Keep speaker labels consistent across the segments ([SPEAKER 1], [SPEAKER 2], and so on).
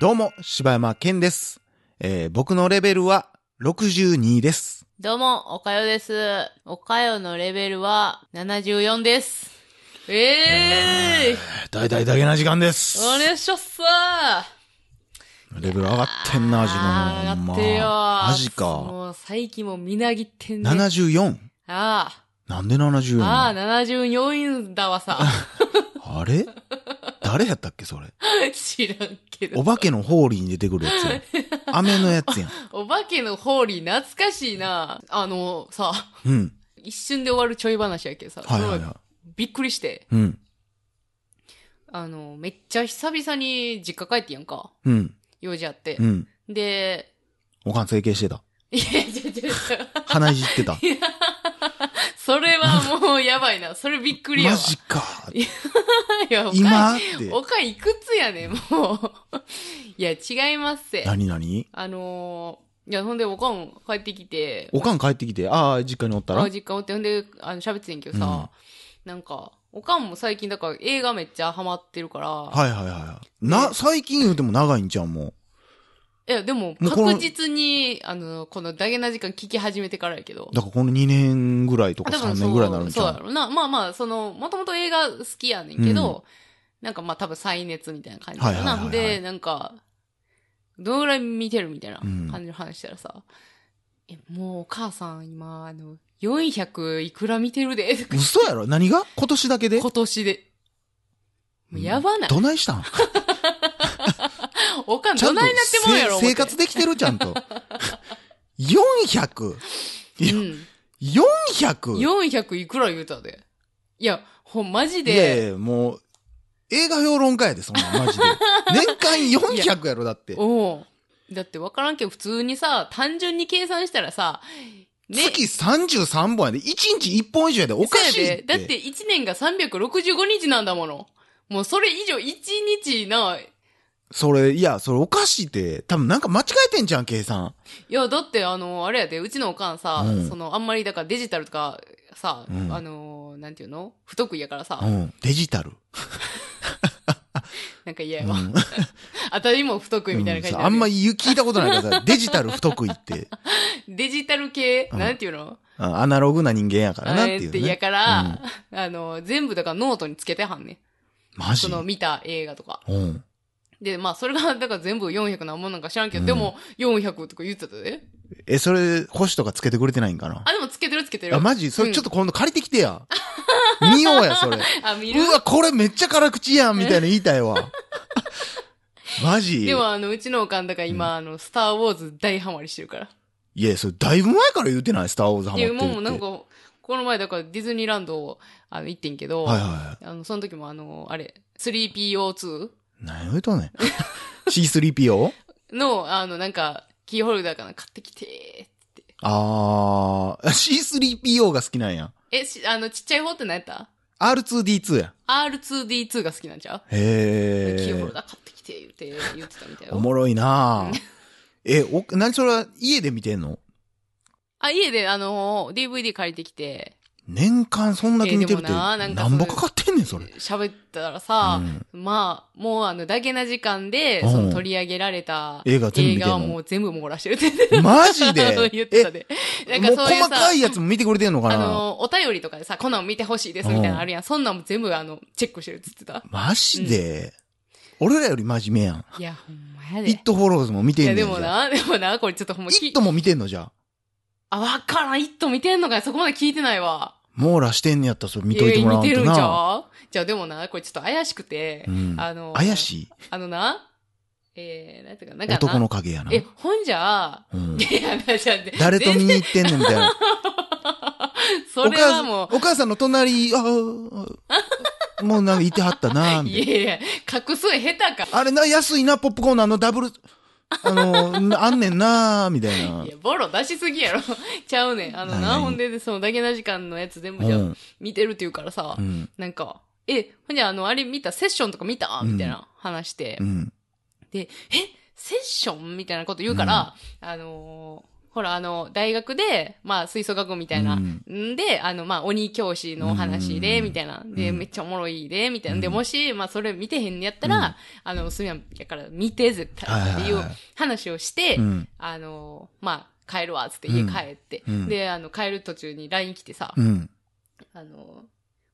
[SPEAKER 1] どうも、柴山健です。えー僕のレベルは62です。
[SPEAKER 2] どうも、おかよです。おかよのレベルは74です。ええー、
[SPEAKER 1] 大々だけな時間です。
[SPEAKER 2] お願いします
[SPEAKER 1] レベル上がってんな、自
[SPEAKER 2] あー
[SPEAKER 1] 分。
[SPEAKER 2] 上がってるよ、
[SPEAKER 1] まあマジか。
[SPEAKER 2] もう最近もみなぎってんね。あ
[SPEAKER 1] 74?
[SPEAKER 2] あ、
[SPEAKER 1] なんで74
[SPEAKER 2] ああ、
[SPEAKER 1] なの
[SPEAKER 2] 74位だわさ。
[SPEAKER 1] あれ誰やったっけ、それ。
[SPEAKER 2] 知らんけ
[SPEAKER 1] お
[SPEAKER 2] ど。
[SPEAKER 1] 化けのホーリーに出てくるやつ や。飴のやつやん。
[SPEAKER 2] お化けのホーリー懐かしいな。あの、さ、
[SPEAKER 1] うん。
[SPEAKER 2] 一瞬で終わるちょい話やけどさ。
[SPEAKER 1] はいはいは
[SPEAKER 2] びっくりして。
[SPEAKER 1] い。うん。
[SPEAKER 2] あの、めっちゃ久々に実家帰ってやんか。
[SPEAKER 1] うん。
[SPEAKER 2] 用事あって
[SPEAKER 1] う。ん。
[SPEAKER 2] で、
[SPEAKER 1] おかん整形してた。
[SPEAKER 2] いや、ちょちょちょ。
[SPEAKER 1] 鼻いじって た。
[SPEAKER 2] それはもうやばいな。それびっくりやわ。
[SPEAKER 1] マジか。
[SPEAKER 2] いや、おかい
[SPEAKER 1] 今って。
[SPEAKER 2] おかいいくつやねん、もう。いや、違いますって。
[SPEAKER 1] 何何
[SPEAKER 2] あのー、いや、ほんで、おかん帰ってきて、
[SPEAKER 1] おかん帰ってきて、ああ、実家におったら
[SPEAKER 2] あ。実家おって、ほんで、あの、喋ってんけどさ、なんか、おかんも最近、だから映画めっちゃハマってるから、
[SPEAKER 1] はいはいはい。な、最近言うても長いんちゃうも
[SPEAKER 2] い、や、でも、
[SPEAKER 1] もうこの
[SPEAKER 2] 確実に、あの、このダゲな時間聞き始めてからやけど
[SPEAKER 1] う。。だからこの2年ぐらいとか
[SPEAKER 2] 多
[SPEAKER 1] 3
[SPEAKER 2] 分
[SPEAKER 1] 年ぐらいになるんち
[SPEAKER 2] そう
[SPEAKER 1] ゃ
[SPEAKER 2] そう
[SPEAKER 1] う
[SPEAKER 2] やろな。まあまあ、その、もともと映画好きやねんけど、なんかまあ多分再熱みたいな感じかな。
[SPEAKER 1] はいはいはいはい
[SPEAKER 2] で、なんか、どのぐらい見てるみたいな
[SPEAKER 1] うん
[SPEAKER 2] 感じの話したらさ、え、もうお母さん今、あの、400いくら見てるで、とか
[SPEAKER 1] 嘘やろ何が今年だけで
[SPEAKER 2] 今年で。もうやばない。
[SPEAKER 1] どないした ん
[SPEAKER 2] おかん
[SPEAKER 1] ちゃ
[SPEAKER 2] ど
[SPEAKER 1] んと
[SPEAKER 2] ないなってもんやろ、
[SPEAKER 1] せ
[SPEAKER 2] 思っ
[SPEAKER 1] 生
[SPEAKER 2] て
[SPEAKER 1] 活できてるちゃんと。400?400?
[SPEAKER 2] うん。400いくら言うたで。いや、ほん、マジ
[SPEAKER 1] いや
[SPEAKER 2] で、
[SPEAKER 1] いや、もう、映画評論家やで、そんなん マジで。年間400やろ、だって。
[SPEAKER 2] おうだって分からんけど、普通にさ、単純に計算したらさ、ね
[SPEAKER 1] 月33本やで、1日1本以上やで、おかし
[SPEAKER 2] そう
[SPEAKER 1] い
[SPEAKER 2] や
[SPEAKER 1] っ
[SPEAKER 2] で
[SPEAKER 1] て。
[SPEAKER 2] だって1年が365日なんだもの。もうそれ以上1日な、い
[SPEAKER 1] それ、いや、それおかしいって、多分なんか間違えてんじゃん、計算。
[SPEAKER 2] や、だってあの、あれやで、うちのおかんさ、
[SPEAKER 1] うん
[SPEAKER 2] その、あんまりだからデジタルとかさ、
[SPEAKER 1] うん
[SPEAKER 2] あの、なんていうの不得意やからさ、
[SPEAKER 1] うん、デジタル。
[SPEAKER 2] なんか嫌や
[SPEAKER 1] う
[SPEAKER 2] わ。
[SPEAKER 1] ん
[SPEAKER 2] あたりも不得意みたいな感じ、
[SPEAKER 1] うんあんま言う聞いたことないからさ、 デジタル不得意って、
[SPEAKER 2] デジタル系、
[SPEAKER 1] うん
[SPEAKER 2] なんていうの
[SPEAKER 1] うんアナログな人間やからなっ
[SPEAKER 2] あ
[SPEAKER 1] て
[SPEAKER 2] れ
[SPEAKER 1] い
[SPEAKER 2] っ
[SPEAKER 1] う、
[SPEAKER 2] て嫌
[SPEAKER 1] ね。
[SPEAKER 2] から、あの、全部だからノートにつけてはんね。
[SPEAKER 1] マジ
[SPEAKER 2] その見た映画とか。
[SPEAKER 1] うん。
[SPEAKER 2] で、まあ、それが、 だから全部400なんもんなんか知らんけ
[SPEAKER 1] う
[SPEAKER 2] ど、
[SPEAKER 1] ん
[SPEAKER 2] でも、400とか言ってたで。
[SPEAKER 1] え、それ、星とかつけてくれてないんかな
[SPEAKER 2] あ、でもつけてるつけてる。
[SPEAKER 1] あ、マジそれ
[SPEAKER 2] うん
[SPEAKER 1] ちょっと今度借りてきてや。見ようや、そ れ。
[SPEAKER 2] あ、見る
[SPEAKER 1] うわ、これめっちゃ辛口やん、みたいな言いたい わ。マジ
[SPEAKER 2] でも、あの、うちのおかんだから今、あの、スターウォーズ大ハマりしてるから。
[SPEAKER 1] いや、それだいぶ前から言うてない、スターウォーズハマ
[SPEAKER 2] い
[SPEAKER 1] って
[SPEAKER 2] や、
[SPEAKER 1] るって。
[SPEAKER 2] もうなんか、この前だからディズニーランド、あの、行ってんけど、
[SPEAKER 1] はいはいは
[SPEAKER 2] あの、その時もあの、あれ、3PO2
[SPEAKER 1] い。何を言うとんねん。C3PO?
[SPEAKER 2] の、あの、なんか、キーホルダーかな、買ってきて。
[SPEAKER 1] あー、C3PO が好きなんや。
[SPEAKER 2] え、しあの、ちっちゃい方って何やった
[SPEAKER 1] R2D2 や。
[SPEAKER 2] ?R2D2 が好きなんちゃう、
[SPEAKER 1] へー。
[SPEAKER 2] キーホルダー買ってきて、言って、言ってたみたい
[SPEAKER 1] お
[SPEAKER 2] よ。
[SPEAKER 1] もろいなぁ
[SPEAKER 2] うん。
[SPEAKER 1] え、お、何それは家で見てんの
[SPEAKER 2] あ、家で、あの、DVD 借りてきて、
[SPEAKER 1] 年間そんだけ見てるっ
[SPEAKER 2] え
[SPEAKER 1] て、
[SPEAKER 2] でもななんか
[SPEAKER 1] なんぼかかってんねん、それ。
[SPEAKER 2] 喋ったらさ、
[SPEAKER 1] うん
[SPEAKER 2] まあ、もうあの、だけな時間で、
[SPEAKER 1] うん
[SPEAKER 2] その取り上げられた
[SPEAKER 1] 映画全部見てん
[SPEAKER 2] 映画
[SPEAKER 1] の
[SPEAKER 2] はもう全部漏らしてるって
[SPEAKER 1] マジ
[SPEAKER 2] 言っ
[SPEAKER 1] で
[SPEAKER 2] てた
[SPEAKER 1] え、
[SPEAKER 2] で。
[SPEAKER 1] もう細かい
[SPEAKER 2] さ、
[SPEAKER 1] やつも見てくれてんのか
[SPEAKER 2] あ
[SPEAKER 1] な
[SPEAKER 2] の、お便りとかでさ、こんなん見てほしいですみたいなのあるやん。そんなんも全部あの、チェックしてるっつってた。
[SPEAKER 1] マジで俺らより真面目やん。
[SPEAKER 2] いや、ほんまやで。
[SPEAKER 1] イットフォローズも見て
[SPEAKER 2] い
[SPEAKER 1] んね
[SPEAKER 2] や、
[SPEAKER 1] んじ
[SPEAKER 2] で
[SPEAKER 1] ゃん。
[SPEAKER 2] もな、でもな、これちょっとほんま
[SPEAKER 1] イッ
[SPEAKER 2] き
[SPEAKER 1] トも見てんのじゃあ。
[SPEAKER 2] あ、わからん、イット見てんのかよそこまで聞いてないわ。
[SPEAKER 1] 網羅してんねやったらそれ見といてもらわん
[SPEAKER 2] いや
[SPEAKER 1] と
[SPEAKER 2] 見てるんち
[SPEAKER 1] な。
[SPEAKER 2] ゃうじゃあでもな、これちょっと怪しくて、
[SPEAKER 1] うん
[SPEAKER 2] あの、
[SPEAKER 1] 怪しい
[SPEAKER 2] あのな、えー、なんていうか、なんかな、
[SPEAKER 1] 男の影やな。
[SPEAKER 2] え、ほんじゃ、
[SPEAKER 1] うん
[SPEAKER 2] いや、なじゃんで
[SPEAKER 1] 誰と見に行ってんねんみたいな。
[SPEAKER 2] それはも
[SPEAKER 1] お母お母さんの隣、あああもうなんかいてはったな、
[SPEAKER 2] う、。
[SPEAKER 1] みたいない
[SPEAKER 2] やいや、隠す下手か。。
[SPEAKER 1] あれな、安いな、ポップコーンのあのダブル、あの、 なあんねんな、みたいない
[SPEAKER 2] や、ボロ出しすぎやろ。 ちゃうねん。あの、
[SPEAKER 1] 何
[SPEAKER 2] な、ほんで、その、だけな時間のやつ全部
[SPEAKER 1] う
[SPEAKER 2] じゃ
[SPEAKER 1] ん。
[SPEAKER 2] 見てるって言うからさ、
[SPEAKER 1] うん。
[SPEAKER 2] なんか、え、ほんじゃ、あの、あれ見た、セッションとか見たみたいな話して、
[SPEAKER 1] うん。
[SPEAKER 2] で、え、セッションみたいなこと言うから、あのーほら、あの、大学で、まあ、吹奏楽部みたいな。んで、あの、まあ、鬼教師のお話
[SPEAKER 1] うんうん
[SPEAKER 2] で、
[SPEAKER 1] うん
[SPEAKER 2] みたいな。で、
[SPEAKER 1] うん
[SPEAKER 2] めっちゃおもろいで、みたいな。
[SPEAKER 1] う
[SPEAKER 2] で、
[SPEAKER 1] ん
[SPEAKER 2] もし、まあ、それ見てへんのやった
[SPEAKER 1] うん
[SPEAKER 2] ら、あの、すみません、やから見て、絶
[SPEAKER 1] はい
[SPEAKER 2] 対。っ
[SPEAKER 1] は
[SPEAKER 2] て
[SPEAKER 1] い
[SPEAKER 2] いう
[SPEAKER 1] はい
[SPEAKER 2] 話をして、
[SPEAKER 1] うん。
[SPEAKER 2] あの、まあ、帰るわ、つって家帰って。
[SPEAKER 1] うんうん
[SPEAKER 2] で、あの、帰る途中に LINE 来てさ、
[SPEAKER 1] うん。
[SPEAKER 2] あの、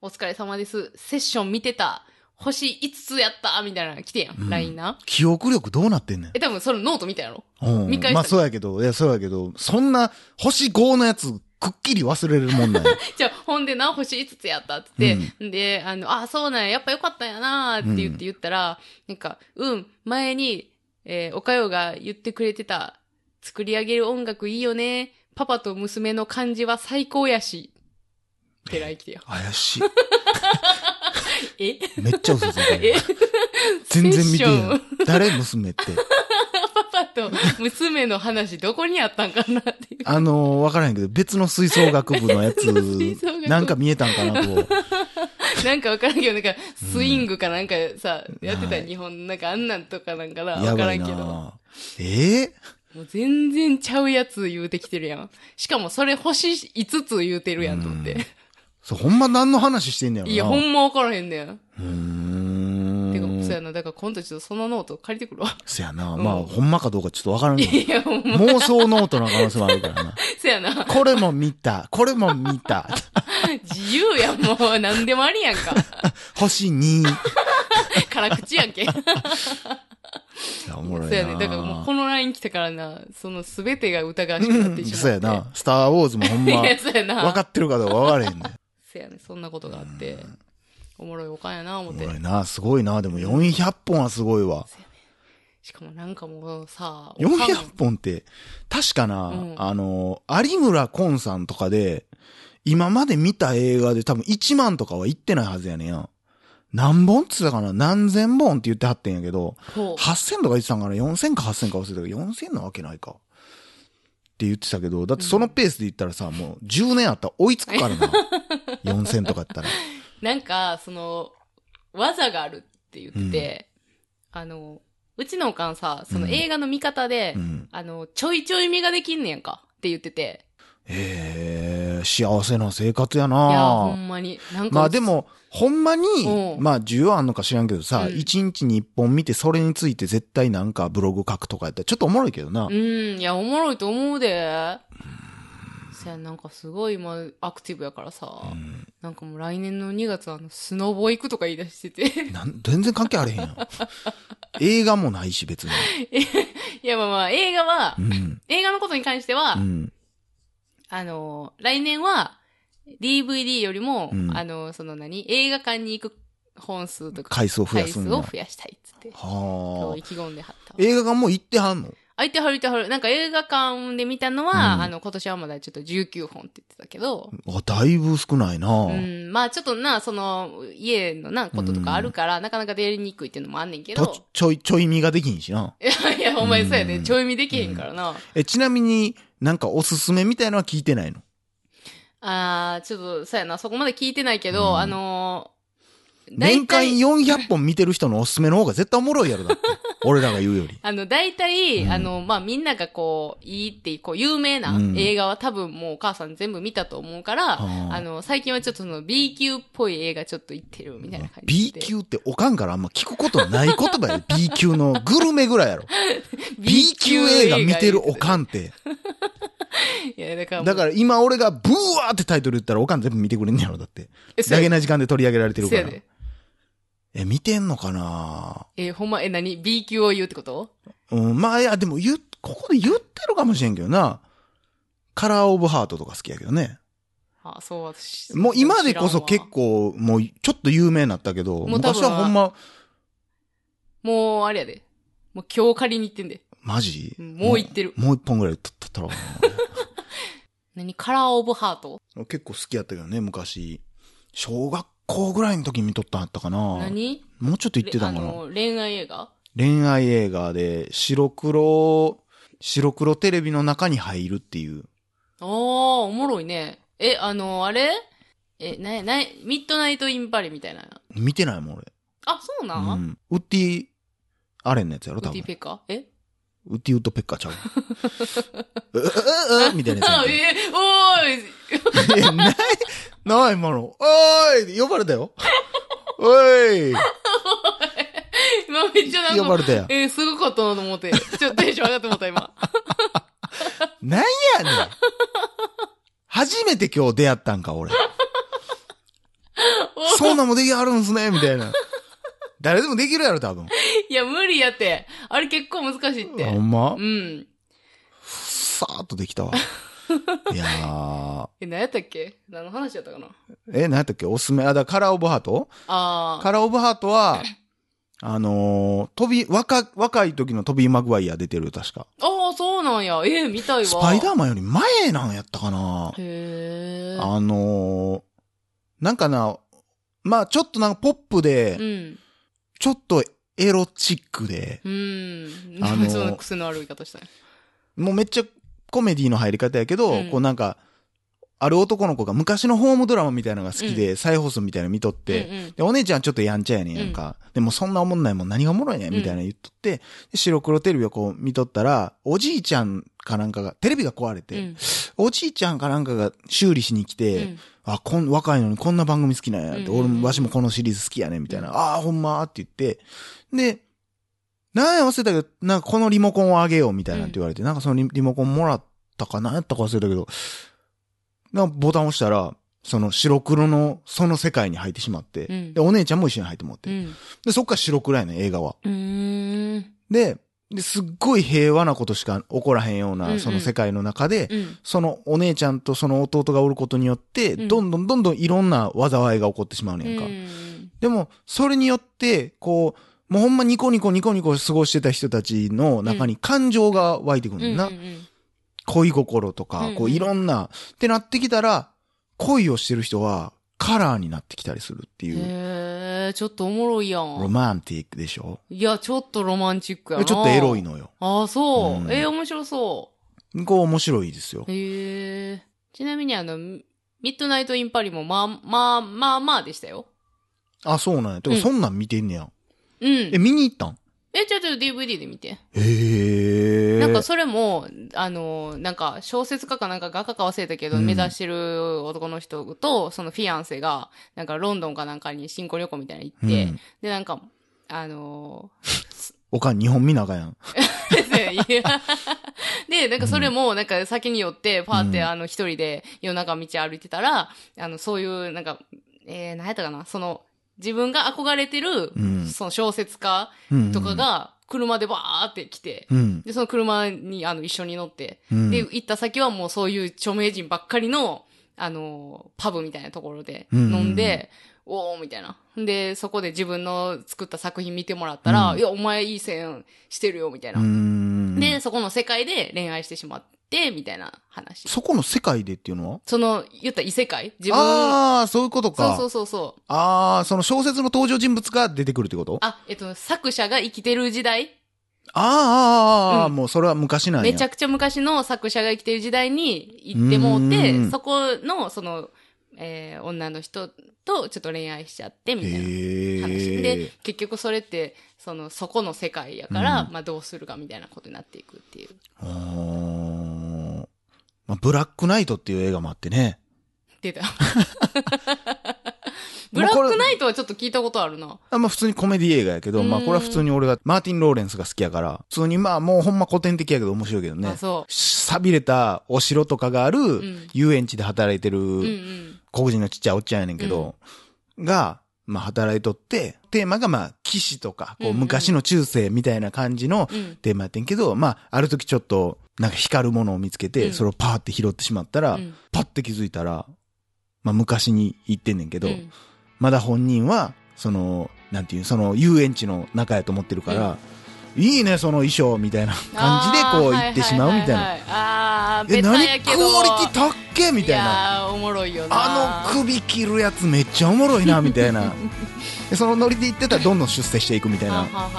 [SPEAKER 2] お疲れ様です。セッション見てた。星5つやったみたいなの来てや。
[SPEAKER 1] うんん
[SPEAKER 2] LINE な。
[SPEAKER 1] 記憶力どうなってんねん
[SPEAKER 2] え、多分そのノート見たやろ。
[SPEAKER 1] うん
[SPEAKER 2] 見返した
[SPEAKER 1] まあそうやけど、いやそうやけど、そんな星5のやつくっきり忘れるもん なんや。
[SPEAKER 2] じゃあ、ほんでな、星5つやったっつって、で、あの、あ、そうなんや、やっぱよかったんやなーって言っ
[SPEAKER 1] うん。
[SPEAKER 2] て言ったら、なんか、うん、前に、えーおかよが言ってくれてた、作り上げる音楽いいよね、パパと娘の感じは最高やし、って来来てよ
[SPEAKER 1] 怪し
[SPEAKER 2] え
[SPEAKER 1] い。めっちゃ嘘ついて
[SPEAKER 2] え
[SPEAKER 1] る。全然見てへ
[SPEAKER 2] セッション
[SPEAKER 1] ん。誰娘って。
[SPEAKER 2] パパと娘の話どこにあったんかなっていう。
[SPEAKER 1] あのー、わからへんけど、別の吹奏楽部のやつ
[SPEAKER 2] 別の吹奏楽、部
[SPEAKER 1] なんか見えたんかなと。
[SPEAKER 2] なんかわからんけど、なんか、スイングかなんかさ、やってた
[SPEAKER 1] はい
[SPEAKER 2] 日本、なんかあんなんとかなんかな、わ
[SPEAKER 1] や
[SPEAKER 2] か
[SPEAKER 1] ば
[SPEAKER 2] らん
[SPEAKER 1] い
[SPEAKER 2] けど。
[SPEAKER 1] なええ
[SPEAKER 2] もう全然ちゃうやつ言うてきてるやん。しかもそれ星5つ言うてるやんと思って。
[SPEAKER 1] そうほんま何の話してんねやろない
[SPEAKER 2] や、ほんまわからへんねん。
[SPEAKER 1] う
[SPEAKER 2] てか、
[SPEAKER 1] ーん。
[SPEAKER 2] そうやな。だから今度ちょっとそのノート借りてくるわ。
[SPEAKER 1] そやな。
[SPEAKER 2] うん
[SPEAKER 1] まあ、ほんまかどうかちょっとわからんけど。
[SPEAKER 2] いや、ほんま、
[SPEAKER 1] 妄想ノートの可能性もある からな。
[SPEAKER 2] そうやな。
[SPEAKER 1] これも見た。これも見た。
[SPEAKER 2] 自由やん、もう。何でもありや んか。
[SPEAKER 1] 星2。い
[SPEAKER 2] 辛口やんけ。
[SPEAKER 1] やおもろい
[SPEAKER 2] そ
[SPEAKER 1] うな
[SPEAKER 2] やね。だからもうこのライン来たからな、その全てが疑わしくなってしまって。
[SPEAKER 1] そう やな。スター・ウォーズもほんま
[SPEAKER 2] い、や、そうやな。
[SPEAKER 1] 分かってるかどうか分からへんねん。
[SPEAKER 2] そうやね。そんなことがあって。おもろいおかんやな、思
[SPEAKER 1] お
[SPEAKER 2] って
[SPEAKER 1] も。ろいな。すごいな。でも400本はすごいわ。
[SPEAKER 2] しかもなんかもうさ、おかん
[SPEAKER 1] 400本って、確かな、
[SPEAKER 2] うん
[SPEAKER 1] あの、有村昆さんとかで、今まで見た映画で多分1万とかは行ってないはずやねんや。何本っつったかな何千本って言ってはってんやけど、
[SPEAKER 2] ほう
[SPEAKER 1] 8000とか言ってたんかな ?4000 か8000か忘れたけど、4000なわけないか。って言ってたけど、だってそのペースで言ったらさ、もう10年あったら追いつくから な。4000とかやったら。
[SPEAKER 2] なんか、その、技があるって言ってて、あの、うちのおかんさ、その
[SPEAKER 1] うん
[SPEAKER 2] 映画の見方で、
[SPEAKER 1] うん。
[SPEAKER 2] あの、ちょいちょい目ができんねやんかって言ってて、
[SPEAKER 1] ええ幸せな生活や
[SPEAKER 2] いや、ほ
[SPEAKER 1] なん
[SPEAKER 2] まに、なんか、
[SPEAKER 1] まあで、も、ほんまに
[SPEAKER 2] う、ん
[SPEAKER 1] まあ需要あんのか知らんけどさ、
[SPEAKER 2] うん
[SPEAKER 1] 一日に一本見てそれについて絶対なんかブログ書くとかやったらちょっとおもろいけどな。
[SPEAKER 2] うん、いや、おもろいと思うで。そや、なんかすごい今、アクティブやからさ、
[SPEAKER 1] うん
[SPEAKER 2] なんかもう来年の2月、あの、スノボ行くとか言い出してて、
[SPEAKER 1] なん全然関係あれへんやん。映画もないし別に。
[SPEAKER 2] いや、まあまあ、映画は、
[SPEAKER 1] うん。
[SPEAKER 2] 映画のことに関しては、
[SPEAKER 1] うん。
[SPEAKER 2] あの、来年は、DVD よりも、
[SPEAKER 1] うん
[SPEAKER 2] あの、その何映画館に行く本数とか、
[SPEAKER 1] 回数を増や
[SPEAKER 2] 回
[SPEAKER 1] す
[SPEAKER 2] 数
[SPEAKER 1] ん
[SPEAKER 2] を
[SPEAKER 1] だ。
[SPEAKER 2] 増やしたいっつって、
[SPEAKER 1] は
[SPEAKER 2] 今
[SPEAKER 1] あ
[SPEAKER 2] 日意。気込んではった。
[SPEAKER 1] 映画がもう行ってはんの
[SPEAKER 2] あ、いてはるいてはる。なんか映画館で見たのは、
[SPEAKER 1] うん
[SPEAKER 2] あの、今年はまだちょっと19本って言ってたけど、
[SPEAKER 1] あ、だいぶ少ないな、
[SPEAKER 2] うん、まあちょっとな、その、家のな、こととかあるから、なかなか出れにくいっていうのもあんねんけ
[SPEAKER 1] と
[SPEAKER 2] ど、
[SPEAKER 1] ちょい、ちょい身ができんしな。
[SPEAKER 2] いや、 いや、お前そうや
[SPEAKER 1] う
[SPEAKER 2] ね。
[SPEAKER 1] ん
[SPEAKER 2] ちょい見できへんからな。
[SPEAKER 1] え、ちなみになんかおすすめみたいのは聞いてないの
[SPEAKER 2] あー、ちょっと、そうやな、そこまで聞いてないけ
[SPEAKER 1] う
[SPEAKER 2] ど、
[SPEAKER 1] ん
[SPEAKER 2] あのー、
[SPEAKER 1] 年間
[SPEAKER 2] 大体
[SPEAKER 1] 400本見てる人のおすすめの方が絶対おもろいやろ、だって。俺らが言うより。
[SPEAKER 2] あの、大体、
[SPEAKER 1] うん
[SPEAKER 2] あの、まあ、みんながこう、いいっていう、こう、有名な
[SPEAKER 1] うん
[SPEAKER 2] 映画は多分もうお母さん全部見たと思うから、
[SPEAKER 1] あー
[SPEAKER 2] あの、最近はちょっとその B 級っぽい映画ちょっと行ってるみたいな感じ
[SPEAKER 1] B
[SPEAKER 2] で。
[SPEAKER 1] 級っておかんからあんま聞くことない言葉 やで B 級のグルメぐらいやろ。B 級映画見てるおかんって。
[SPEAKER 2] いや、だからもう、
[SPEAKER 1] だから今俺がブワーってタイトル言ったらおかん全部見てくれんねやろ、だって。
[SPEAKER 2] え、
[SPEAKER 1] だけ
[SPEAKER 2] な
[SPEAKER 1] な時間で取り上げられてる
[SPEAKER 2] せ
[SPEAKER 1] か
[SPEAKER 2] や
[SPEAKER 1] ら。
[SPEAKER 2] で。
[SPEAKER 1] え、見てんのかな
[SPEAKER 2] え、ほんま、え、何 ?B 級を言うってこと
[SPEAKER 1] うん、まあいや、でも言う、ここで言ってるかもしれんけどな。カラーオブハートとか好きやけどね。
[SPEAKER 2] あ、そう、私。
[SPEAKER 1] もう今でこそ
[SPEAKER 2] 知ら
[SPEAKER 1] 結
[SPEAKER 2] んわ。
[SPEAKER 1] 構、もうちょっと有名になったけど、
[SPEAKER 2] もう多分
[SPEAKER 1] 昔はほんま、
[SPEAKER 2] もう、あれやで。もう今日借りに行ってんで。
[SPEAKER 1] マジ
[SPEAKER 2] うんもう行ってる
[SPEAKER 1] もうもう一本ぐらい取ったら。
[SPEAKER 2] 何カラーオブハート
[SPEAKER 1] 結構好きやったけどね、昔。小学校ぐらいの時見とったんやったかな。
[SPEAKER 2] 何
[SPEAKER 1] もうちょっと言ってた
[SPEAKER 2] あ
[SPEAKER 1] んかな。
[SPEAKER 2] の、恋愛映画
[SPEAKER 1] 恋愛映画で、白黒、白黒テレビの中に入るっていう。
[SPEAKER 2] ああ、おもろいね。え、あの、あれえ、な、な、ミッドナイト・イン・パリみたいな。
[SPEAKER 1] 見てないもん、俺。
[SPEAKER 2] あ、そうな、
[SPEAKER 1] うんん。ウッディ、アレンのやつやろ、
[SPEAKER 2] ウ
[SPEAKER 1] 多
[SPEAKER 2] ッデ
[SPEAKER 1] 分
[SPEAKER 2] ィ・。ペッカーえ
[SPEAKER 1] ウティウトペッカーちゃう。ううううみたいなや
[SPEAKER 2] あ
[SPEAKER 1] つや
[SPEAKER 2] えおーい
[SPEAKER 1] った。いやない、ない、今の。おーい呼ばれたよ。おーい
[SPEAKER 2] 今めっちゃ
[SPEAKER 1] 呼
[SPEAKER 2] なん
[SPEAKER 1] ば
[SPEAKER 2] か、
[SPEAKER 1] れたやん。
[SPEAKER 2] えー、すごかったなと思って。ちょっとテンション上がってもった今。
[SPEAKER 1] なんやねん。初めて今日出会ったんか、 俺。そんなんもできあるんすね、みたいな。誰でもできるやろ、多分。
[SPEAKER 2] いや、無理やって。あれ結構難しいって。
[SPEAKER 1] ほんま
[SPEAKER 2] うん。
[SPEAKER 1] さーっとできたわ。いやー。
[SPEAKER 2] え、何やったっけ何の話やったかな
[SPEAKER 1] え、何やったっけおすすめ。あ、だカラーオブハート
[SPEAKER 2] あ
[SPEAKER 1] カラーオブハートは、あのー、飛び、若、若い時の飛びマグワイア出てるよ、確か。
[SPEAKER 2] あ。ああ、そうなんや。えー、見たいわ。
[SPEAKER 1] スパイダ
[SPEAKER 2] ー
[SPEAKER 1] ーマンより前なんやったかな
[SPEAKER 2] へえ。
[SPEAKER 1] あのー、なんかな、まあちょっとなんかポップで、
[SPEAKER 2] うん。
[SPEAKER 1] ちょっとエロチックで、
[SPEAKER 2] うん。
[SPEAKER 1] あ
[SPEAKER 2] あ
[SPEAKER 1] の
[SPEAKER 2] の その癖のある言い方したね。
[SPEAKER 1] もうめっちゃコメディの入り方やけど、
[SPEAKER 2] うん
[SPEAKER 1] こうなんか、ある男の子が昔のホームドラマみたいなのが好きで、再放送みたいなの見とって、
[SPEAKER 2] うんうん
[SPEAKER 1] で、お姉ちゃんちょっとやんちゃやねんやんか。でもそんなおもんないもん何がおもろいねんみたいな言っとって、で白黒テレビをこう見とったら、おじいちゃんかなんかが、テレビが壊れて、
[SPEAKER 2] うん
[SPEAKER 1] おじいちゃんかなんかが修理しに来て、
[SPEAKER 2] うん
[SPEAKER 1] あ、こん、若いのにこんな番組好きなんやって、
[SPEAKER 2] うんうんうん
[SPEAKER 1] 俺も、わしもこのシリーズ好きやねんみたいな、
[SPEAKER 2] う
[SPEAKER 1] ああ、ほんまーって言って、で、何や忘れたけど、なんかこのリモコンをあげようみたいなって言われて、なんかそのリリモコンもらったかなやったか忘れたけど、なんかボタン押したら、その白黒のその世界に入ってしまって、
[SPEAKER 2] うん
[SPEAKER 1] で、お姉ちゃんも一緒に入ってもらって、
[SPEAKER 2] うん。
[SPEAKER 1] で、そっから白黒やねん、映画は。
[SPEAKER 2] うーん。
[SPEAKER 1] で、ですっごい平和なことしか起こらへんよう
[SPEAKER 2] うんう
[SPEAKER 1] な、
[SPEAKER 2] ん
[SPEAKER 1] その世界の中で、
[SPEAKER 2] うん。
[SPEAKER 1] そのお姉ちゃんとその弟がおることによって、
[SPEAKER 2] うん
[SPEAKER 1] どんどんどんどんいろんな災いが起こってしまうねんか。
[SPEAKER 2] うん
[SPEAKER 1] でも、それによって、こう、もうほんまニコニコニコニコ過ごしてた人たちの中に感情が湧いてくるねんな。
[SPEAKER 2] うんうん
[SPEAKER 1] 恋心とか、
[SPEAKER 2] うんうん
[SPEAKER 1] こういろんな、ってなってきたら、恋をしてる人はカラーになってきたりするって
[SPEAKER 2] うん
[SPEAKER 1] いう、
[SPEAKER 2] へえ、ちょっとおもろいや
[SPEAKER 1] ロ
[SPEAKER 2] ん。
[SPEAKER 1] マンティックでしょ
[SPEAKER 2] いや、ちょっとロマンチックやな。
[SPEAKER 1] ちょっとエロい。のよ。
[SPEAKER 2] ああ、そう
[SPEAKER 1] う。ん
[SPEAKER 2] えー、面白そ
[SPEAKER 1] こう面白いですよ
[SPEAKER 2] う。。へえ。ちなみにあの、ミミッドナイト・イン・パリも、まあ、まあ、まあまあでしたよ。
[SPEAKER 1] あ、そうなんや。てか
[SPEAKER 2] うん
[SPEAKER 1] そんなん見てんねや。
[SPEAKER 2] うん
[SPEAKER 1] え、。見に行ったん
[SPEAKER 2] え、ちょっと DVD で見て。
[SPEAKER 1] へえ。
[SPEAKER 2] なんかそれも、あの、なんか小説家かなんか画家か忘れたけど、
[SPEAKER 1] うん
[SPEAKER 2] 目指してる男の人と、そのフィアンセが、なんかロンドンかなんかに新婚旅行みたいに行って、
[SPEAKER 1] うん
[SPEAKER 2] で、なんか、あの
[SPEAKER 1] おかん、日本見なあかんやん。
[SPEAKER 2] いや で、なんかそれも、なんか先に寄って、パーって、
[SPEAKER 1] うん
[SPEAKER 2] あの、一人で夜中道歩いてたら、あの、そういう、なんか、えー、何やったかな、その、自分が憧れてる、
[SPEAKER 1] うん
[SPEAKER 2] その小説家
[SPEAKER 1] うん
[SPEAKER 2] とか、が、車でバーって来て、
[SPEAKER 1] うん。
[SPEAKER 2] で、その車に、あの、一緒に乗って、
[SPEAKER 1] うん
[SPEAKER 2] で、行った先はもうそういう著名人ばっかりの、あの、パブみたいなところで
[SPEAKER 1] うんうんうん
[SPEAKER 2] 飲んで、おーみたいな。で、そこで自分の作った作品見てもらったら、
[SPEAKER 1] うん
[SPEAKER 2] いや、お前いい線してるよ、みたいうな。
[SPEAKER 1] ん。
[SPEAKER 2] で、、そこの世界で恋愛してしまって、みたいな話。
[SPEAKER 1] そこの世界でっていうのは
[SPEAKER 2] その、言ったら異世界自分、
[SPEAKER 1] ああ、そういうこと
[SPEAKER 2] そ
[SPEAKER 1] か。
[SPEAKER 2] うそうそうそう。
[SPEAKER 1] ああ、その小説の登場人物が出てくるってことあ
[SPEAKER 2] あ、えっと、作者が生きてる時代
[SPEAKER 1] あー、あーあー、
[SPEAKER 2] うん
[SPEAKER 1] もうそれは昔なんや。
[SPEAKER 2] めちゃくちゃ昔の作者が生きてる時代に行ってもう
[SPEAKER 1] う
[SPEAKER 2] て
[SPEAKER 1] ん、
[SPEAKER 2] そこの、その、えー女の人とちょっと恋愛しちゃって、みたいな話。
[SPEAKER 1] へ
[SPEAKER 2] で
[SPEAKER 1] え。、
[SPEAKER 2] 結局それって、その、そこの世界やから、
[SPEAKER 1] うん
[SPEAKER 2] まあどうするかみたいなことになっていくっていう。
[SPEAKER 1] あーまあ、ブラックナイトっていう映画もあってね。
[SPEAKER 2] 出た。ブラックナイトはちょっと聞いたことあるな。
[SPEAKER 1] あまあ普通にコメディ映画やけど、まあ
[SPEAKER 2] うん
[SPEAKER 1] これは普通に俺が、マーティン・ローレンスが好きやから、普通にまあもうほんま古典的やけど面白いけどね
[SPEAKER 2] あ、。そ
[SPEAKER 1] 錆びれたお城とかがある
[SPEAKER 2] ん
[SPEAKER 1] 遊園地で働いて
[SPEAKER 2] う。うんう
[SPEAKER 1] る
[SPEAKER 2] ん。
[SPEAKER 1] 黒人のちっちゃいおっちゃんやねんけど、が、まあ働いとって、テーマがまあ騎士とか、こう
[SPEAKER 2] う
[SPEAKER 1] ん
[SPEAKER 2] うん
[SPEAKER 1] 昔の中世みたいな感じの
[SPEAKER 2] うん。
[SPEAKER 1] テーマやってんけど、まあある時ちょっとなんか光るものを見つけて、
[SPEAKER 2] うん
[SPEAKER 1] それをパーって拾ってしまったら、
[SPEAKER 2] うん
[SPEAKER 1] パッて気づいたら、まあ昔に行ってんねんけど、
[SPEAKER 2] うん
[SPEAKER 1] まだ本人は、その、なんていう、その遊園地の中やと思ってるから、いいね、その衣装みたいな感じでこう行ってしまうみたいな。。
[SPEAKER 2] あーははははあー、
[SPEAKER 1] え、
[SPEAKER 2] ベ
[SPEAKER 1] 何
[SPEAKER 2] タ
[SPEAKER 1] ク
[SPEAKER 2] やけど。
[SPEAKER 1] オリティ高っけみたいな。
[SPEAKER 2] やーおもろいよな
[SPEAKER 1] あの首切るやつめっちゃおもろいな、みたいな。でそのノリで行ってたらどんどん出世していくみたい
[SPEAKER 2] は
[SPEAKER 1] な
[SPEAKER 2] は。は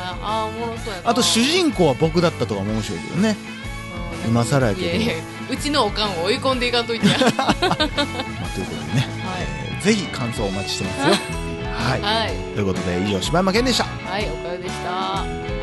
[SPEAKER 2] あーおもろそうやな
[SPEAKER 1] あと主人公は僕だったとかも面白いけどね。
[SPEAKER 2] うん
[SPEAKER 1] 今更やけど
[SPEAKER 2] いやいやうちのおかんを追い込んでいかん といてやは
[SPEAKER 1] まあ、ということでね、えーぜひ感想お待ちしてますよ。はい
[SPEAKER 2] い。はい
[SPEAKER 1] ということで、以上、柴山健でした。
[SPEAKER 2] はいおかよでした